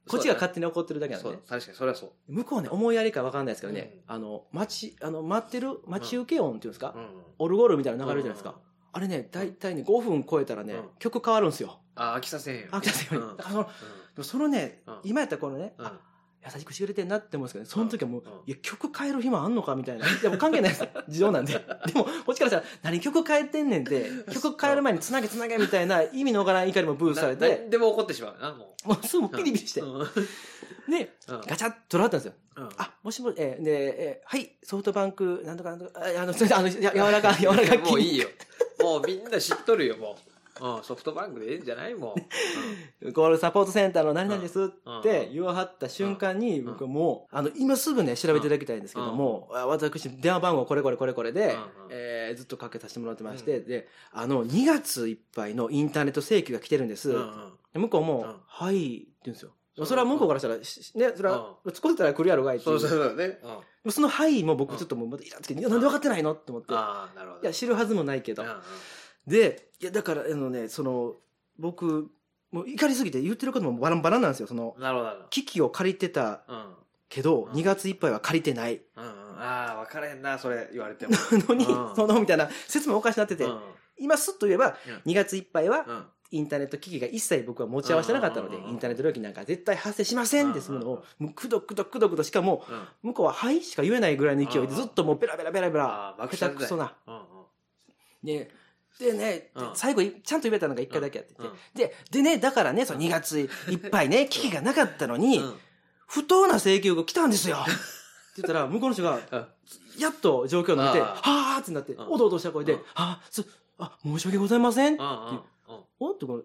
Speaker 1: こっちが勝手に怒ってるだけなん
Speaker 2: そ
Speaker 1: で
Speaker 2: う
Speaker 1: ね
Speaker 2: だ。確かにそれはそう
Speaker 1: 向こうね、思いやりか分かんないですけどね、
Speaker 2: う
Speaker 1: あの、待ち、あの、待ってる、待ち受け音っていうんですか、
Speaker 2: うん
Speaker 1: オルゴールみたいなの流れるじゃないですか。あれね、大体ね、5分超えたらね、
Speaker 2: うん
Speaker 1: 曲変わるんですよ。
Speaker 2: あ飽きさせへんよ
Speaker 1: 飽きたせよう
Speaker 2: うん
Speaker 1: に。だからそのでもそのね、
Speaker 2: うん
Speaker 1: 今やったらこのね、
Speaker 2: うんうん
Speaker 1: 優しくしてくれてんなって思うんですけどね、その時はもう、
Speaker 2: うんうん
Speaker 1: いや、曲変える暇あんのかみたいな。いや、もう関係ないで す。自動なんで。でも、こっちからしたら、何曲変えてんねんって、曲変える前に繋げ繋げみたいな意味のわからん怒りもブーストされ
Speaker 2: な
Speaker 1: て、
Speaker 2: でも怒ってしまうなも
Speaker 1: もうすぐ
Speaker 2: う
Speaker 1: ピリピリして
Speaker 2: う、ん
Speaker 1: で、ガチャッとなったんですよ。
Speaker 2: あ
Speaker 1: あ、もしもし、えーで、えーはい、ソフトバンク、なんとかなんとか、ああの、すいません、あの、や柔らか、柔らか
Speaker 2: もうい
Speaker 1: い。
Speaker 2: いよもうみんな知っとるよもううんソフトバンクでええんじゃないも
Speaker 1: ゴールサポートセンターの何々です
Speaker 2: うん
Speaker 1: って言わはった瞬間に、
Speaker 2: ん
Speaker 1: 僕はもう、あの、今すぐね、調べていただきたいんですけども、あ私、電話番号これこれこれこれで
Speaker 2: うん、
Speaker 1: えーずっとかけさせてもらってまして、で、あの、2月いっぱいのインターネット請求が来てるんです。
Speaker 2: う
Speaker 1: で
Speaker 2: うんうん
Speaker 1: 向こう
Speaker 2: う
Speaker 1: も
Speaker 2: ん、
Speaker 1: はい、って言うんですよ。
Speaker 2: そう
Speaker 1: それは向こうからしたら、しね、それは、突っ込んでたら来るやろがいってい。
Speaker 2: そううそう
Speaker 1: も
Speaker 2: そうねうん
Speaker 1: うそのはいも僕ちょっともうまたイラつけて、いやなんで分かってないのって思って。
Speaker 2: ああなるほど
Speaker 1: いや、知るはずもないけど
Speaker 2: うん。うん
Speaker 1: で、いや、だから、あのね、その、僕、もう怒りすぎて言ってることもバランバランなんですよ。その、
Speaker 2: なるほどなるほ
Speaker 1: 機器を借りてた
Speaker 2: どうん
Speaker 1: けど、
Speaker 2: うん
Speaker 1: 2月いっぱいは借りてない
Speaker 2: うんうんああ分からへんなそれ言われても
Speaker 1: のに、
Speaker 2: うん
Speaker 1: その、みたいな説もおかしなってて、
Speaker 2: うん
Speaker 1: 今すっと言えば、
Speaker 2: うん
Speaker 1: 2月いっぱいは
Speaker 2: うん
Speaker 1: インターネット機器が一切僕は持ち合わせてなかったので、
Speaker 2: うん
Speaker 1: インターネット料金なんか絶対発生しませんってするのを、もうくどくどくどくど、しかも、
Speaker 2: うん
Speaker 1: 向こうははいしか言えないぐらいの勢いでずっともうベラベラベラベラ、
Speaker 2: ああ爆
Speaker 1: 下
Speaker 2: 笑
Speaker 1: 手くそな。
Speaker 2: うんうん
Speaker 1: ね、でね、
Speaker 2: うん
Speaker 1: 最後いちゃんと言えたのが1回だけやってて、
Speaker 2: うん
Speaker 1: で、でね、だからね、その2月いっぱいね、危機がなかったのに、
Speaker 2: うん
Speaker 1: 不当な請求が来たんです よって言ったら、向こうの人が、
Speaker 2: うん
Speaker 1: やっと状況になって、
Speaker 2: あー
Speaker 1: はーってなって、
Speaker 2: うん
Speaker 1: おどおどした声で、
Speaker 2: うん
Speaker 1: あーす、あ、申し訳ございません。
Speaker 2: うんうん
Speaker 1: おっとこ
Speaker 2: う
Speaker 1: う、
Speaker 2: ん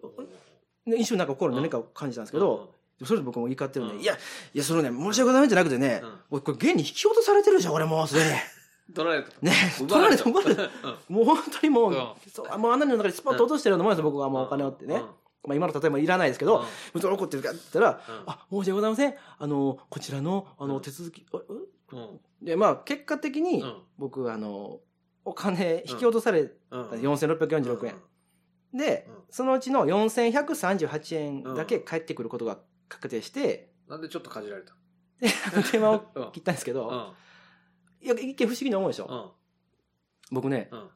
Speaker 1: ね、一瞬なんか心に何かを感じたんですけど、それで僕も怒ってるんで、
Speaker 2: うん
Speaker 1: いや、いや、そのね、申し訳ございませんじゃなくてね、
Speaker 2: うん
Speaker 1: 俺これ現に引き落とされてるじゃん、俺もうすでに。
Speaker 2: 取られた
Speaker 1: ね、取
Speaker 2: 奪
Speaker 1: ら
Speaker 2: わ
Speaker 1: れ
Speaker 2: れ
Speaker 1: て、
Speaker 2: た
Speaker 1: 取られて。もう本当にもう、
Speaker 2: うん
Speaker 1: そうあもうあんなの中にスパッと落としてるようなもんですよ、僕はもうお金をってね。
Speaker 2: うん
Speaker 1: まあ今の例えばいらないですけど、うどん怒ってるかって言ったら、
Speaker 2: うん
Speaker 1: あ、申し訳ございません。あの、こちらの、あ
Speaker 2: う
Speaker 1: の、
Speaker 2: ん
Speaker 1: 手続き、あうん
Speaker 2: うん
Speaker 1: で、まあ、結果的に、
Speaker 2: うん
Speaker 1: 僕、あの、お金引き落とされ
Speaker 2: うん
Speaker 1: た4646円。で
Speaker 2: うん、
Speaker 1: そのうちの4138円だけ
Speaker 2: うん
Speaker 1: 返ってくることが確定して、
Speaker 2: なんでちょっとかじられた
Speaker 1: で、電話を
Speaker 2: うん
Speaker 1: 切ったんですけ
Speaker 2: う
Speaker 1: ど、
Speaker 2: ん
Speaker 1: いや、一見不思議に思うでし
Speaker 2: う
Speaker 1: ょ。
Speaker 2: ん
Speaker 1: 僕ね、
Speaker 2: うん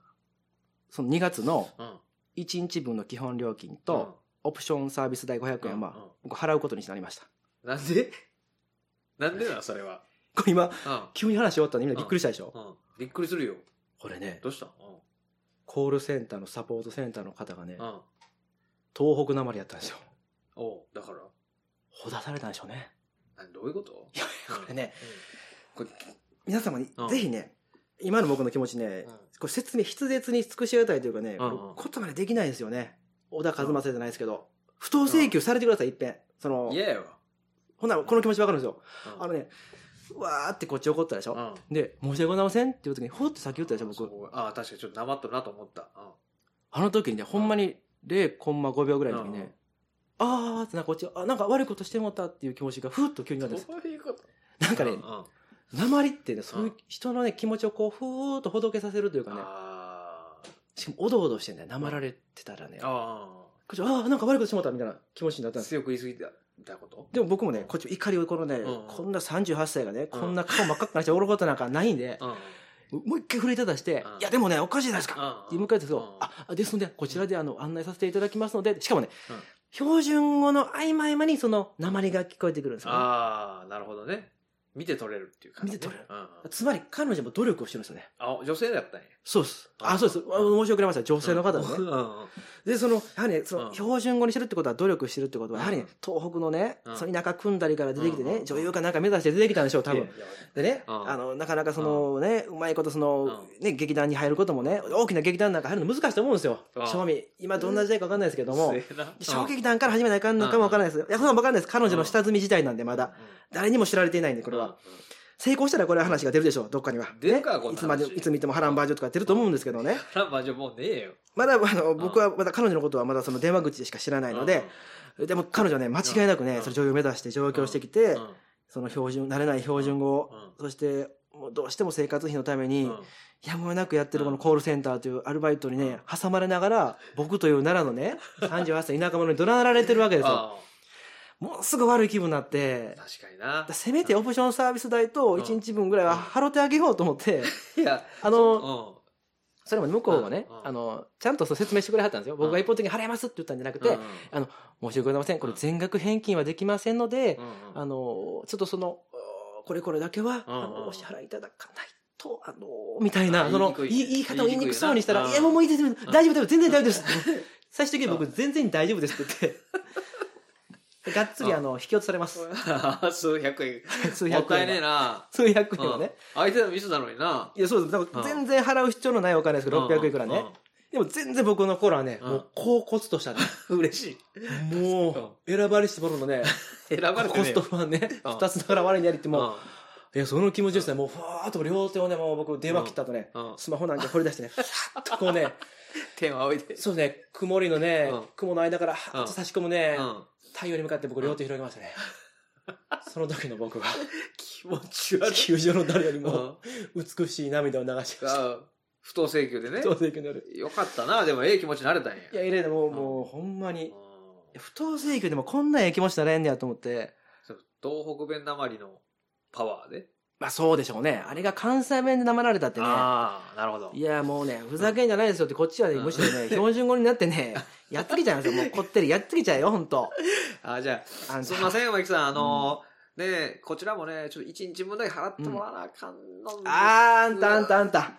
Speaker 1: その2月の
Speaker 2: うん
Speaker 1: 1日分の基本料金と、オプションサービス代500円
Speaker 2: うんうん
Speaker 1: は、僕払うことになりました。
Speaker 2: うんなんで なんでなのそれは
Speaker 1: これ今、
Speaker 2: うん
Speaker 1: 急に話終わったんでみんなびっくりしたでしょ。
Speaker 2: うんびっくりするよ
Speaker 1: これね
Speaker 2: ど、うしたうん
Speaker 1: コールセンターのサポートセンターの方がね、
Speaker 2: うん
Speaker 1: 東北なまりやったんですよ。
Speaker 2: おうだから
Speaker 1: ほだされたんでしょうね。
Speaker 2: などういうこと
Speaker 1: いやいや、これね、
Speaker 2: うん
Speaker 1: 皆様に
Speaker 2: うん
Speaker 1: ぜひね、今の僕の気持ちね、
Speaker 2: うん
Speaker 1: これ説明、筆舌に尽くしがたいというかね、
Speaker 2: うんうん
Speaker 1: これ言葉でできないですよね。小田和正じゃないですけど、不当請求されてください、一遍。その
Speaker 2: 嫌、やわ
Speaker 1: ほんならこの気持ちわかるんですよ。
Speaker 2: うん
Speaker 1: あのね、うわーってこっち怒ったでし
Speaker 2: う
Speaker 1: ょ。
Speaker 2: ん
Speaker 1: で、申し訳ございませんって言う時に、ほってさっき言ったでしょ、
Speaker 2: そ
Speaker 1: 僕。
Speaker 2: こああ確かにちょっとなまっとるなと思った
Speaker 1: あの時にね、ほんまに0.5秒ぐらいの時にね、あーってなんかこっちが、あ、なんか悪いことしてもったっていう気持ちがふーっと急に
Speaker 2: う
Speaker 1: なんったんです。
Speaker 2: そういうこと
Speaker 1: なんかね
Speaker 2: うん、うん
Speaker 1: 鉛ってね、そういううん人のね、気持ちをこう、ふーっとほどけさせるというかね、
Speaker 2: あー
Speaker 1: しかもおどおどしてね、鉛られてたらね、こ
Speaker 2: あ
Speaker 1: っち、ああ、なんか悪いことしまったみたいな気持ちになった
Speaker 2: あ
Speaker 1: んですよ。
Speaker 2: 強く言い過ぎたみたいなこと
Speaker 1: でも僕もね、こっち怒りをこのね、
Speaker 2: うん
Speaker 1: こんな38歳がね、こんな顔真っ赤くなっちゃおることなんかないんで、
Speaker 2: うんうん
Speaker 1: もう一回触れただして
Speaker 2: う、ん
Speaker 1: いやでもね、おかしいじゃないですかって向かいです
Speaker 2: うん
Speaker 1: よ、あ、あですので、こちらであの、案内させていただきますので、しかもね
Speaker 2: うん、
Speaker 1: 標準語の合間合間にその鉛が聞こえてくるんですよね。
Speaker 2: ああなるほどね見て取れるっていう感じ、ね。
Speaker 1: 見て取れる
Speaker 2: うんうん
Speaker 1: つまり彼女も努力をしてるんですよね。
Speaker 2: あ、女性だったね。
Speaker 1: そうです。
Speaker 2: う
Speaker 1: あ、
Speaker 2: ん
Speaker 1: そうです。あ申し遅れました。女性の方で
Speaker 2: うん
Speaker 1: ね。
Speaker 2: うんうん
Speaker 1: で、その、やはりね、そうの、
Speaker 2: ん
Speaker 1: 標準語にしてるってことは努力してるってことは、やはりね、東北のね
Speaker 2: う、ん
Speaker 1: その田舎組んだりから出てきて
Speaker 2: うんうん
Speaker 1: ね
Speaker 2: う、ん
Speaker 1: 女優かなんか目指して出てきたんでしょう、多分。
Speaker 2: いやいや
Speaker 1: でね、
Speaker 2: うん
Speaker 1: あの、なかなかそのね、うまいことその、
Speaker 2: う
Speaker 1: ね、劇団に入ることもね、大きな劇団なんか入るの難しいと思うんですよ
Speaker 2: うん。
Speaker 1: 正味。今どんな時代かわかんないですけども
Speaker 2: うっ。せえな
Speaker 1: 小劇団から始めなあかんのかもわからないです。いや、そんなのわかんないです。彼女の下積み時代なんで、まだ。。誰にも知られていないんで、これ
Speaker 2: うん
Speaker 1: は。。成功したらこれは話が出るでしょう、どっかには。
Speaker 2: 出るか
Speaker 1: ね
Speaker 2: こん
Speaker 1: い
Speaker 2: な
Speaker 1: つまで、
Speaker 2: 話
Speaker 1: いつ見ても波乱万丈とか出ると思うんですけどね。
Speaker 2: ラバーじゃもうねえよ。
Speaker 1: まだ、あの、僕はまだ彼女のことはまだその電話口でしか知らないので、でも彼女はね、間違いなく
Speaker 2: う
Speaker 1: ね、
Speaker 2: ん
Speaker 1: その女優を目指して上京してき
Speaker 2: うん、
Speaker 1: て
Speaker 2: う、ん
Speaker 1: その標準、慣れない標準語を
Speaker 2: う、ん
Speaker 1: そして、もうどうしても生活費のため
Speaker 2: う
Speaker 1: に
Speaker 2: ん、うん
Speaker 1: やむを得なくやってるこ
Speaker 2: う
Speaker 1: の
Speaker 2: ん
Speaker 1: コールセンターというアルバイトにね、挟まれながら、僕という奈良のね、38歳田舎者に怒鳴られてるわけですよ。
Speaker 2: あ
Speaker 1: もうすぐ悪い気分になって
Speaker 2: あ、確かにな
Speaker 1: だ。せめてオプションサービス代と
Speaker 2: うん
Speaker 1: 1日分ぐらいは払ってあげようと思って、
Speaker 2: いや、
Speaker 1: あ
Speaker 2: う
Speaker 1: の、
Speaker 2: ん。
Speaker 1: それも向こうがね
Speaker 2: う、ん
Speaker 1: あの、ちゃんとそう説明してくれはったんですよ。僕が一方的に払いますって言ったんじゃなくて
Speaker 2: うん、うん
Speaker 1: 申し訳ございません。これ全額返金はできませんので、
Speaker 2: うん
Speaker 1: あの、ちょっとその、これこれだけは、
Speaker 2: うんうん
Speaker 1: あの、お支払いいただかないと、あの、みたいな、
Speaker 2: あ
Speaker 1: その、
Speaker 2: 言
Speaker 1: 言
Speaker 2: いに
Speaker 1: い
Speaker 2: くい
Speaker 1: 言い方を言いにくそうにした
Speaker 2: う
Speaker 1: ら、
Speaker 2: ん
Speaker 1: いや、もういいです、大丈夫です、全然大丈夫です。最終的に
Speaker 2: う
Speaker 1: 僕、全然大丈夫ですって言 って、がっつり、あの、引き落とされます。
Speaker 2: うん。 数百円。
Speaker 1: 数
Speaker 2: もっ
Speaker 1: 百
Speaker 2: たいねえ
Speaker 1: 円は。
Speaker 2: な。
Speaker 1: 数百円は
Speaker 2: うん
Speaker 1: ね。
Speaker 2: 相手のミスなのにな。
Speaker 1: いや、そうです。だから全然払う必要のないお金ですけど、600いくらね。でも全然僕の頃はね、
Speaker 2: うん
Speaker 1: もう、高コツと したね。
Speaker 2: うん。うん嬉しい。
Speaker 1: もう、選ばれし者のね、
Speaker 2: 選ばれてねえ
Speaker 1: コストファンね、
Speaker 2: うん
Speaker 1: 二つながら我にやりって
Speaker 2: うん
Speaker 1: もう、いや、その気持ちですね、もう、ふわーっと両手をね、もう僕、電話切った後ね、
Speaker 2: うん
Speaker 1: スマホなんか掘り出してね、ふわーっとこうね、
Speaker 2: 天を仰いで。
Speaker 1: そうね、曇りのね、
Speaker 2: うん
Speaker 1: 雲の間から、はーっと差し込むね、
Speaker 2: うん
Speaker 1: 太陽に向かって僕、両手広げましたね。その時の僕は、
Speaker 2: 気持ち悪い。
Speaker 1: 球場の誰より
Speaker 2: う
Speaker 1: も、
Speaker 2: ん
Speaker 1: 美しい涙を流しました。
Speaker 2: あ不当請求でね。
Speaker 1: 当然の夜。
Speaker 2: よかったな。でも、ええ気持ちになれたんや。
Speaker 1: いや、エレーナもう、
Speaker 2: うん
Speaker 1: もう、ほんま
Speaker 2: うん
Speaker 1: に、不当請求でもこんなええ気持ちなれんねやと思って、
Speaker 2: そう東北弁なまりのパワーで。
Speaker 1: まあそうでしょうね。あれが関西弁でなまられたってね。
Speaker 2: ああ、なるほど
Speaker 1: い。や、もうね、ふざけんじゃないですよって、こっちはね、
Speaker 2: うん
Speaker 1: むしろ ね、標準語になってね、やっつけちゃうんですよ。もうこってり、やっつけちゃうよ、ほんと。
Speaker 2: あじゃ
Speaker 1: あ
Speaker 2: あ、
Speaker 1: んた
Speaker 2: すみません、マキさん。あのーねえこちらもね、ちょっと一日分だけ払ってもらわなあかんの。
Speaker 1: あーあんた、あんた、あんた。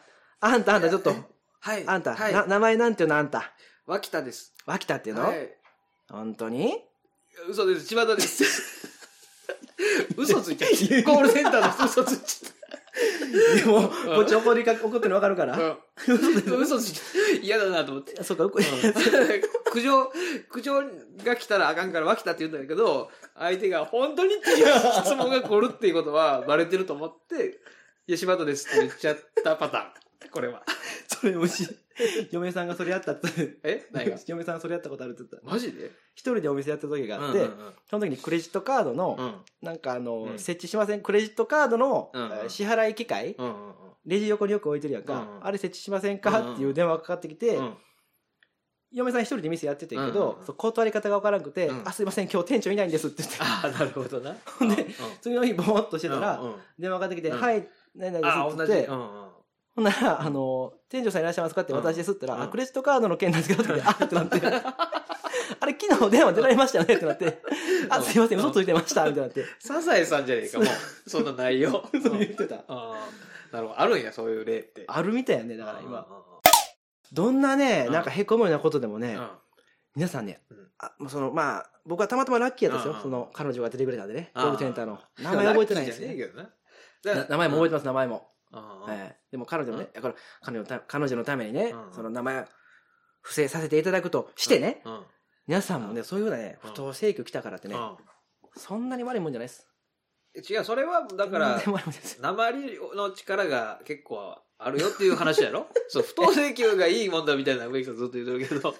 Speaker 1: あんた、あんた、ちょっと。
Speaker 2: はい。
Speaker 1: あんた、
Speaker 2: はい。
Speaker 1: な、名前なんていうの、あんた。
Speaker 2: 脇田です。
Speaker 1: 脇田っていうの、
Speaker 2: はい。
Speaker 1: 本当に
Speaker 2: 嘘です。千葉田 です。嘘ついちゃった。コールセンターの嘘ついち
Speaker 1: でも、こ
Speaker 2: ん
Speaker 1: っち怒りか、怒ってるの分かるか
Speaker 2: ゃ っ
Speaker 1: ら。
Speaker 2: た。うん嘘ついちゃった。嫌だなと思 って。
Speaker 1: そうか、うこ
Speaker 2: 苦情、苦情が来たらあかんから、脇田って言うんだけど、相手が本当にっていう質問が来るっていうことはバレてると思って、いや、柴田ですって言っちゃったパターン。これは。
Speaker 1: それ、もし、嫁さんがそれやったって。
Speaker 2: え何が
Speaker 1: 嫁さんがそれやったことあるって言った。
Speaker 2: マジで
Speaker 1: 一人でお店やった時があっ
Speaker 2: う
Speaker 1: て、
Speaker 2: んうん
Speaker 1: その時にクレジットカードの、
Speaker 2: うん。
Speaker 1: なんかあの、
Speaker 2: うん
Speaker 1: 設置しませんクレジットカードの、
Speaker 2: うんうん
Speaker 1: えー支払い機械、
Speaker 2: うんうん
Speaker 1: レジ横によく置いてるやんか、
Speaker 2: うんうん
Speaker 1: あれ設置しませんか、
Speaker 2: うんうん
Speaker 1: っていう電話がかかってきて、
Speaker 2: うんうん。
Speaker 1: 嫁さん一人で店やっててんけ
Speaker 2: うん
Speaker 1: ど
Speaker 2: う、んうん
Speaker 1: そう断り方がわからんくて、
Speaker 2: うん
Speaker 1: あ、すいません、今日店長いないんですって言って、
Speaker 2: ああ、なるほどな。
Speaker 1: ん で
Speaker 2: うん、
Speaker 1: 次の日ぼーっとしてたら、
Speaker 2: うんうん
Speaker 1: 電話がかかってきて、
Speaker 2: うん
Speaker 1: はい、何々
Speaker 2: あ
Speaker 1: で
Speaker 2: あ、
Speaker 1: す
Speaker 2: 同
Speaker 1: って
Speaker 2: じ。
Speaker 1: 言って、
Speaker 2: うんうん
Speaker 1: ほんなら、あの、店長さんいらっしゃいますかって
Speaker 2: うん
Speaker 1: 私ですって言ったら、
Speaker 2: う
Speaker 1: あ、
Speaker 2: ん
Speaker 1: クレジットカードの件なんですけどって言って、あーってなって、あれ、昨日電話出られましたよねってなって、あ、すいません、嘘ついてました、みたいになって、
Speaker 2: サザエさんじゃねえか、もう。そんな内容。
Speaker 1: そう言ってた。
Speaker 2: ああ、なるほど。あるんや、そういう例って。
Speaker 1: あるみたいやね、だから今。
Speaker 2: う
Speaker 1: どんなね、
Speaker 2: うん
Speaker 1: なんかへこむようなことでもね、
Speaker 2: んうんうん。
Speaker 1: 皆さんね
Speaker 2: うん、
Speaker 1: あもうそのまあ、僕はたまたまラッキーやったんです
Speaker 2: うん
Speaker 1: よ。
Speaker 2: う
Speaker 1: そ
Speaker 2: ん
Speaker 1: の、彼女が出てくれたんでね。
Speaker 2: う
Speaker 1: ゴ
Speaker 2: ん
Speaker 1: ールセンター の。名前覚えてないんです
Speaker 2: ラッキ
Speaker 1: ね。
Speaker 2: ーじゃねえけどな。
Speaker 1: な名前も覚えて
Speaker 2: ま
Speaker 1: ます、名前も。
Speaker 2: す
Speaker 1: ええでも彼女もねい
Speaker 2: う、
Speaker 1: やこれ彼女のた彼女のためにね
Speaker 2: う、ん
Speaker 1: その名前、不正させていただくとしてね、
Speaker 2: うん。うん
Speaker 1: 皆さんもね、そういうようなね、
Speaker 2: うん
Speaker 1: 不当請求来たからってね、そんなに悪いもんじゃないです。
Speaker 2: 違う、それは、だから
Speaker 1: 全、然悪いもんじゃないです。
Speaker 2: 鉛の力が結構あるよっていう話 やろそう、不当請求がいいもんだみたいな、植木さんずっと言ってるけ ど、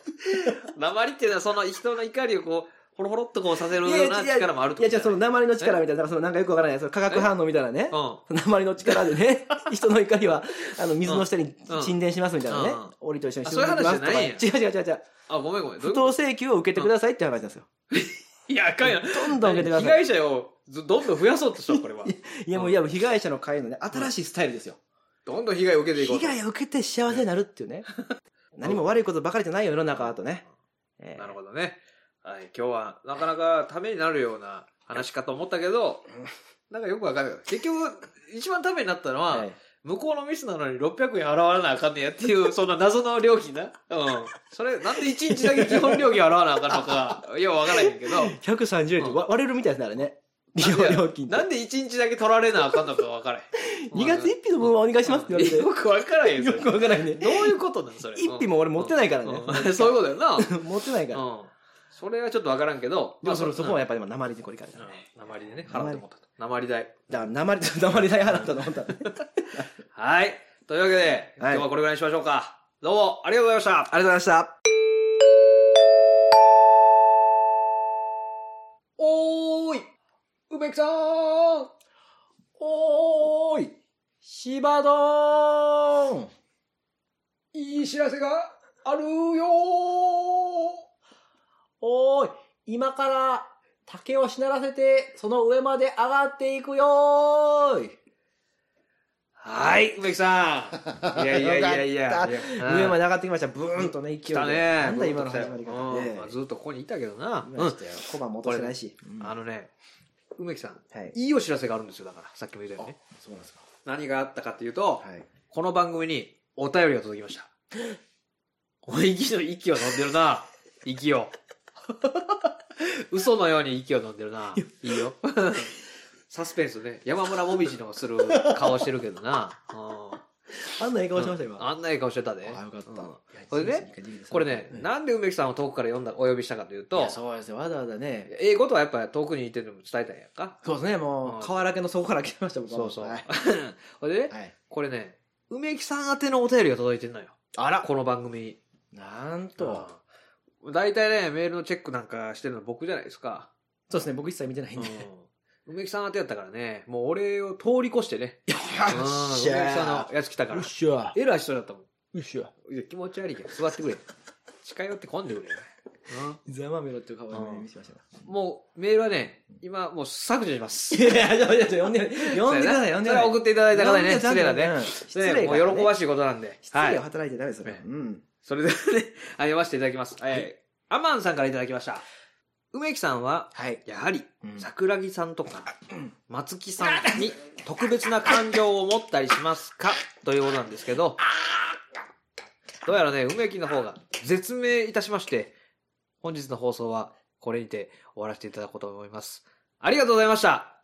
Speaker 2: 鉛っていうのはその人の怒りをこう、ほろほろっとこうさせるような力もあるっ て
Speaker 1: いや、
Speaker 2: こと
Speaker 1: じゃあその鉛の力みたいな、なんかそのなんかよくわからない、その化学反応みたいなね、
Speaker 2: の、
Speaker 1: 鉛の力で ね、人の怒りは、あの、水の下に
Speaker 2: うん
Speaker 1: 沈殿しますみたいなね
Speaker 2: うん。
Speaker 1: 檻と一緒に
Speaker 2: あ
Speaker 1: 沈んでいきますとか。
Speaker 2: そういう
Speaker 1: 違
Speaker 2: 話
Speaker 1: う違う違う違う。
Speaker 2: うん。あ、ごめんごめん。ど
Speaker 1: 不
Speaker 2: ういうこと
Speaker 1: 当請求を受けてくださいっていう話なんですよ。
Speaker 2: いや、あかんやん。
Speaker 1: どんどん受けてくだ
Speaker 2: 被
Speaker 1: さい。
Speaker 2: 害者をずどんどん増やそうとしたこ れは。
Speaker 1: いやもう、いやもう被害者の会のね、新しいスタイルですよ。
Speaker 2: どんどん被害を受けていこう
Speaker 1: 被
Speaker 2: と。
Speaker 1: 害を受けて幸せになるっていうね。何も悪いことばかりじゃないよ、世の中はとね。えー
Speaker 2: なるほどね。はい、今日はなかなかためになるような話かと思ったけど、なんかよくわかんない。結局、一番ためになったのは、
Speaker 1: はい
Speaker 2: 向こうのミスなのに600円払わなあかんねやっ ていう、そんな謎の料金な。うん。それ、なんで1日だけ基本料金払わなあかん のか、ようわからへんけど。
Speaker 1: 130円って
Speaker 2: うん
Speaker 1: わ割れるみたいですね、あれね。利
Speaker 2: なん
Speaker 1: 用
Speaker 2: で
Speaker 1: 料金って。
Speaker 2: なんで1日だけ取られなあかんのかわからへん。
Speaker 1: 2月1日の分はお願いしますって言われて。
Speaker 2: よくわからへん
Speaker 1: よ
Speaker 2: よ。それ
Speaker 1: くわからないね。
Speaker 2: どういうことなんそれ。
Speaker 1: 1匹も俺持ってないからね。
Speaker 2: うん そういうことよな。
Speaker 1: と。 持ってないから。
Speaker 2: うん。それはちょっとわからんけど。
Speaker 1: でもそれ
Speaker 2: まあ
Speaker 1: そこはやっぱり今、鉛でこりかれたね。
Speaker 2: うん鉛でね、払ってもらったと。鉛代。
Speaker 1: だから鉛、 鉛代払ったと思ったね。
Speaker 2: はい。というわけで、今日はこれぐらいにしましょうか。どうも、ありがとうございました。
Speaker 1: ありがとうございました。
Speaker 2: おーい梅木さん
Speaker 1: おーい芝どーん
Speaker 2: いい知らせがあるよ
Speaker 1: おーい今から竹をしならせて、その上まで上がっていくよーい
Speaker 2: はい、梅木さ ん。いやいやいやい
Speaker 1: よか
Speaker 2: や
Speaker 1: っ。
Speaker 2: うん
Speaker 1: 上まで上がってきました。ブーンとね、勢いで。
Speaker 2: 来たね。
Speaker 1: なんだ今の始まり方
Speaker 2: う
Speaker 1: ね
Speaker 2: んまあずっとここにいたけどな。
Speaker 1: 今
Speaker 2: う
Speaker 1: ま
Speaker 2: ん
Speaker 1: したよ。小判も落としてないし。うん
Speaker 2: あのね、梅木さん、
Speaker 1: はい。
Speaker 2: いいお知らせがあるんですよ、だから。さっきも言ったようにね。
Speaker 1: そうなんですか。
Speaker 2: 何があったかっていうと、
Speaker 1: い。
Speaker 2: この番組にお便りが届き ました。おい息の息を飲んでるな。息を。嘘のように息を飲んでるな。いいよ。 サスペンスね。山村もみじのする顔してるけどな。う
Speaker 1: あんな笑
Speaker 2: ん
Speaker 1: 顔してました、今。
Speaker 2: あんな笑顔してたで。
Speaker 1: あよかった
Speaker 2: うん
Speaker 1: いや
Speaker 2: これ
Speaker 1: 人
Speaker 2: ね、
Speaker 1: 生に一回人生です
Speaker 2: これね、
Speaker 1: うん
Speaker 2: なんで梅木さんを遠くから呼んだ、お呼びしたかという
Speaker 1: い
Speaker 2: と
Speaker 1: や、そうですよ。わざわざね。
Speaker 2: 英語とはやっぱり遠くにいてるのも伝えたんやんか。
Speaker 1: そうですね、も
Speaker 2: うん
Speaker 1: う、瓦家の底から来ました、僕は。
Speaker 2: そうそう
Speaker 1: はい。。
Speaker 2: ほいでね、
Speaker 1: はい
Speaker 2: これね、梅木さん宛てのお便りが届いてんのよ。
Speaker 1: あら
Speaker 2: この番組に。
Speaker 1: なんと。
Speaker 2: うん大体ね、メールのチェックなんかしてるの僕じゃないですか。
Speaker 1: そうですね、僕一切見てないんで。
Speaker 2: うん梅木さん宛てやったからね、もう俺を通り越してね。
Speaker 1: よ
Speaker 2: うん梅木
Speaker 1: ゃー
Speaker 2: さんのやつ来たから
Speaker 1: っ。しゃ。
Speaker 2: エラーしそうだったもん。
Speaker 1: よっしゃ。
Speaker 2: いや気持ち悪いけど、座って くれ。近寄ってこんでくれ。
Speaker 1: ざまめろっていう顔を見せましたよ。
Speaker 2: うんもうメールはね、今もう削除します。
Speaker 1: いやいや、ちょ、ちょ、呼んで、呼んでください、呼んでくだ
Speaker 2: それは
Speaker 1: さい。
Speaker 2: 送っていただいた方にね、失礼だね。
Speaker 1: うん。
Speaker 2: 失
Speaker 1: 失
Speaker 2: 礼、
Speaker 1: 礼だね。
Speaker 2: もう喜ばしいことなんで。
Speaker 1: 失礼を
Speaker 2: はい。
Speaker 1: 働いてダメですよ。うん。
Speaker 2: それではね、 あ読ませていただきます。は
Speaker 1: はい
Speaker 2: い。アマンさんからいただきました。梅木さんは、
Speaker 1: はい。
Speaker 2: やはり、
Speaker 1: うん
Speaker 2: 桜木さんとか、松木さんに特別な感情を持ったりしますかということなんですけど、どうやらね、梅木の方が絶命いたしまして、本日の放送はこれにて終わらせていただこうと思います。ありがとうございました。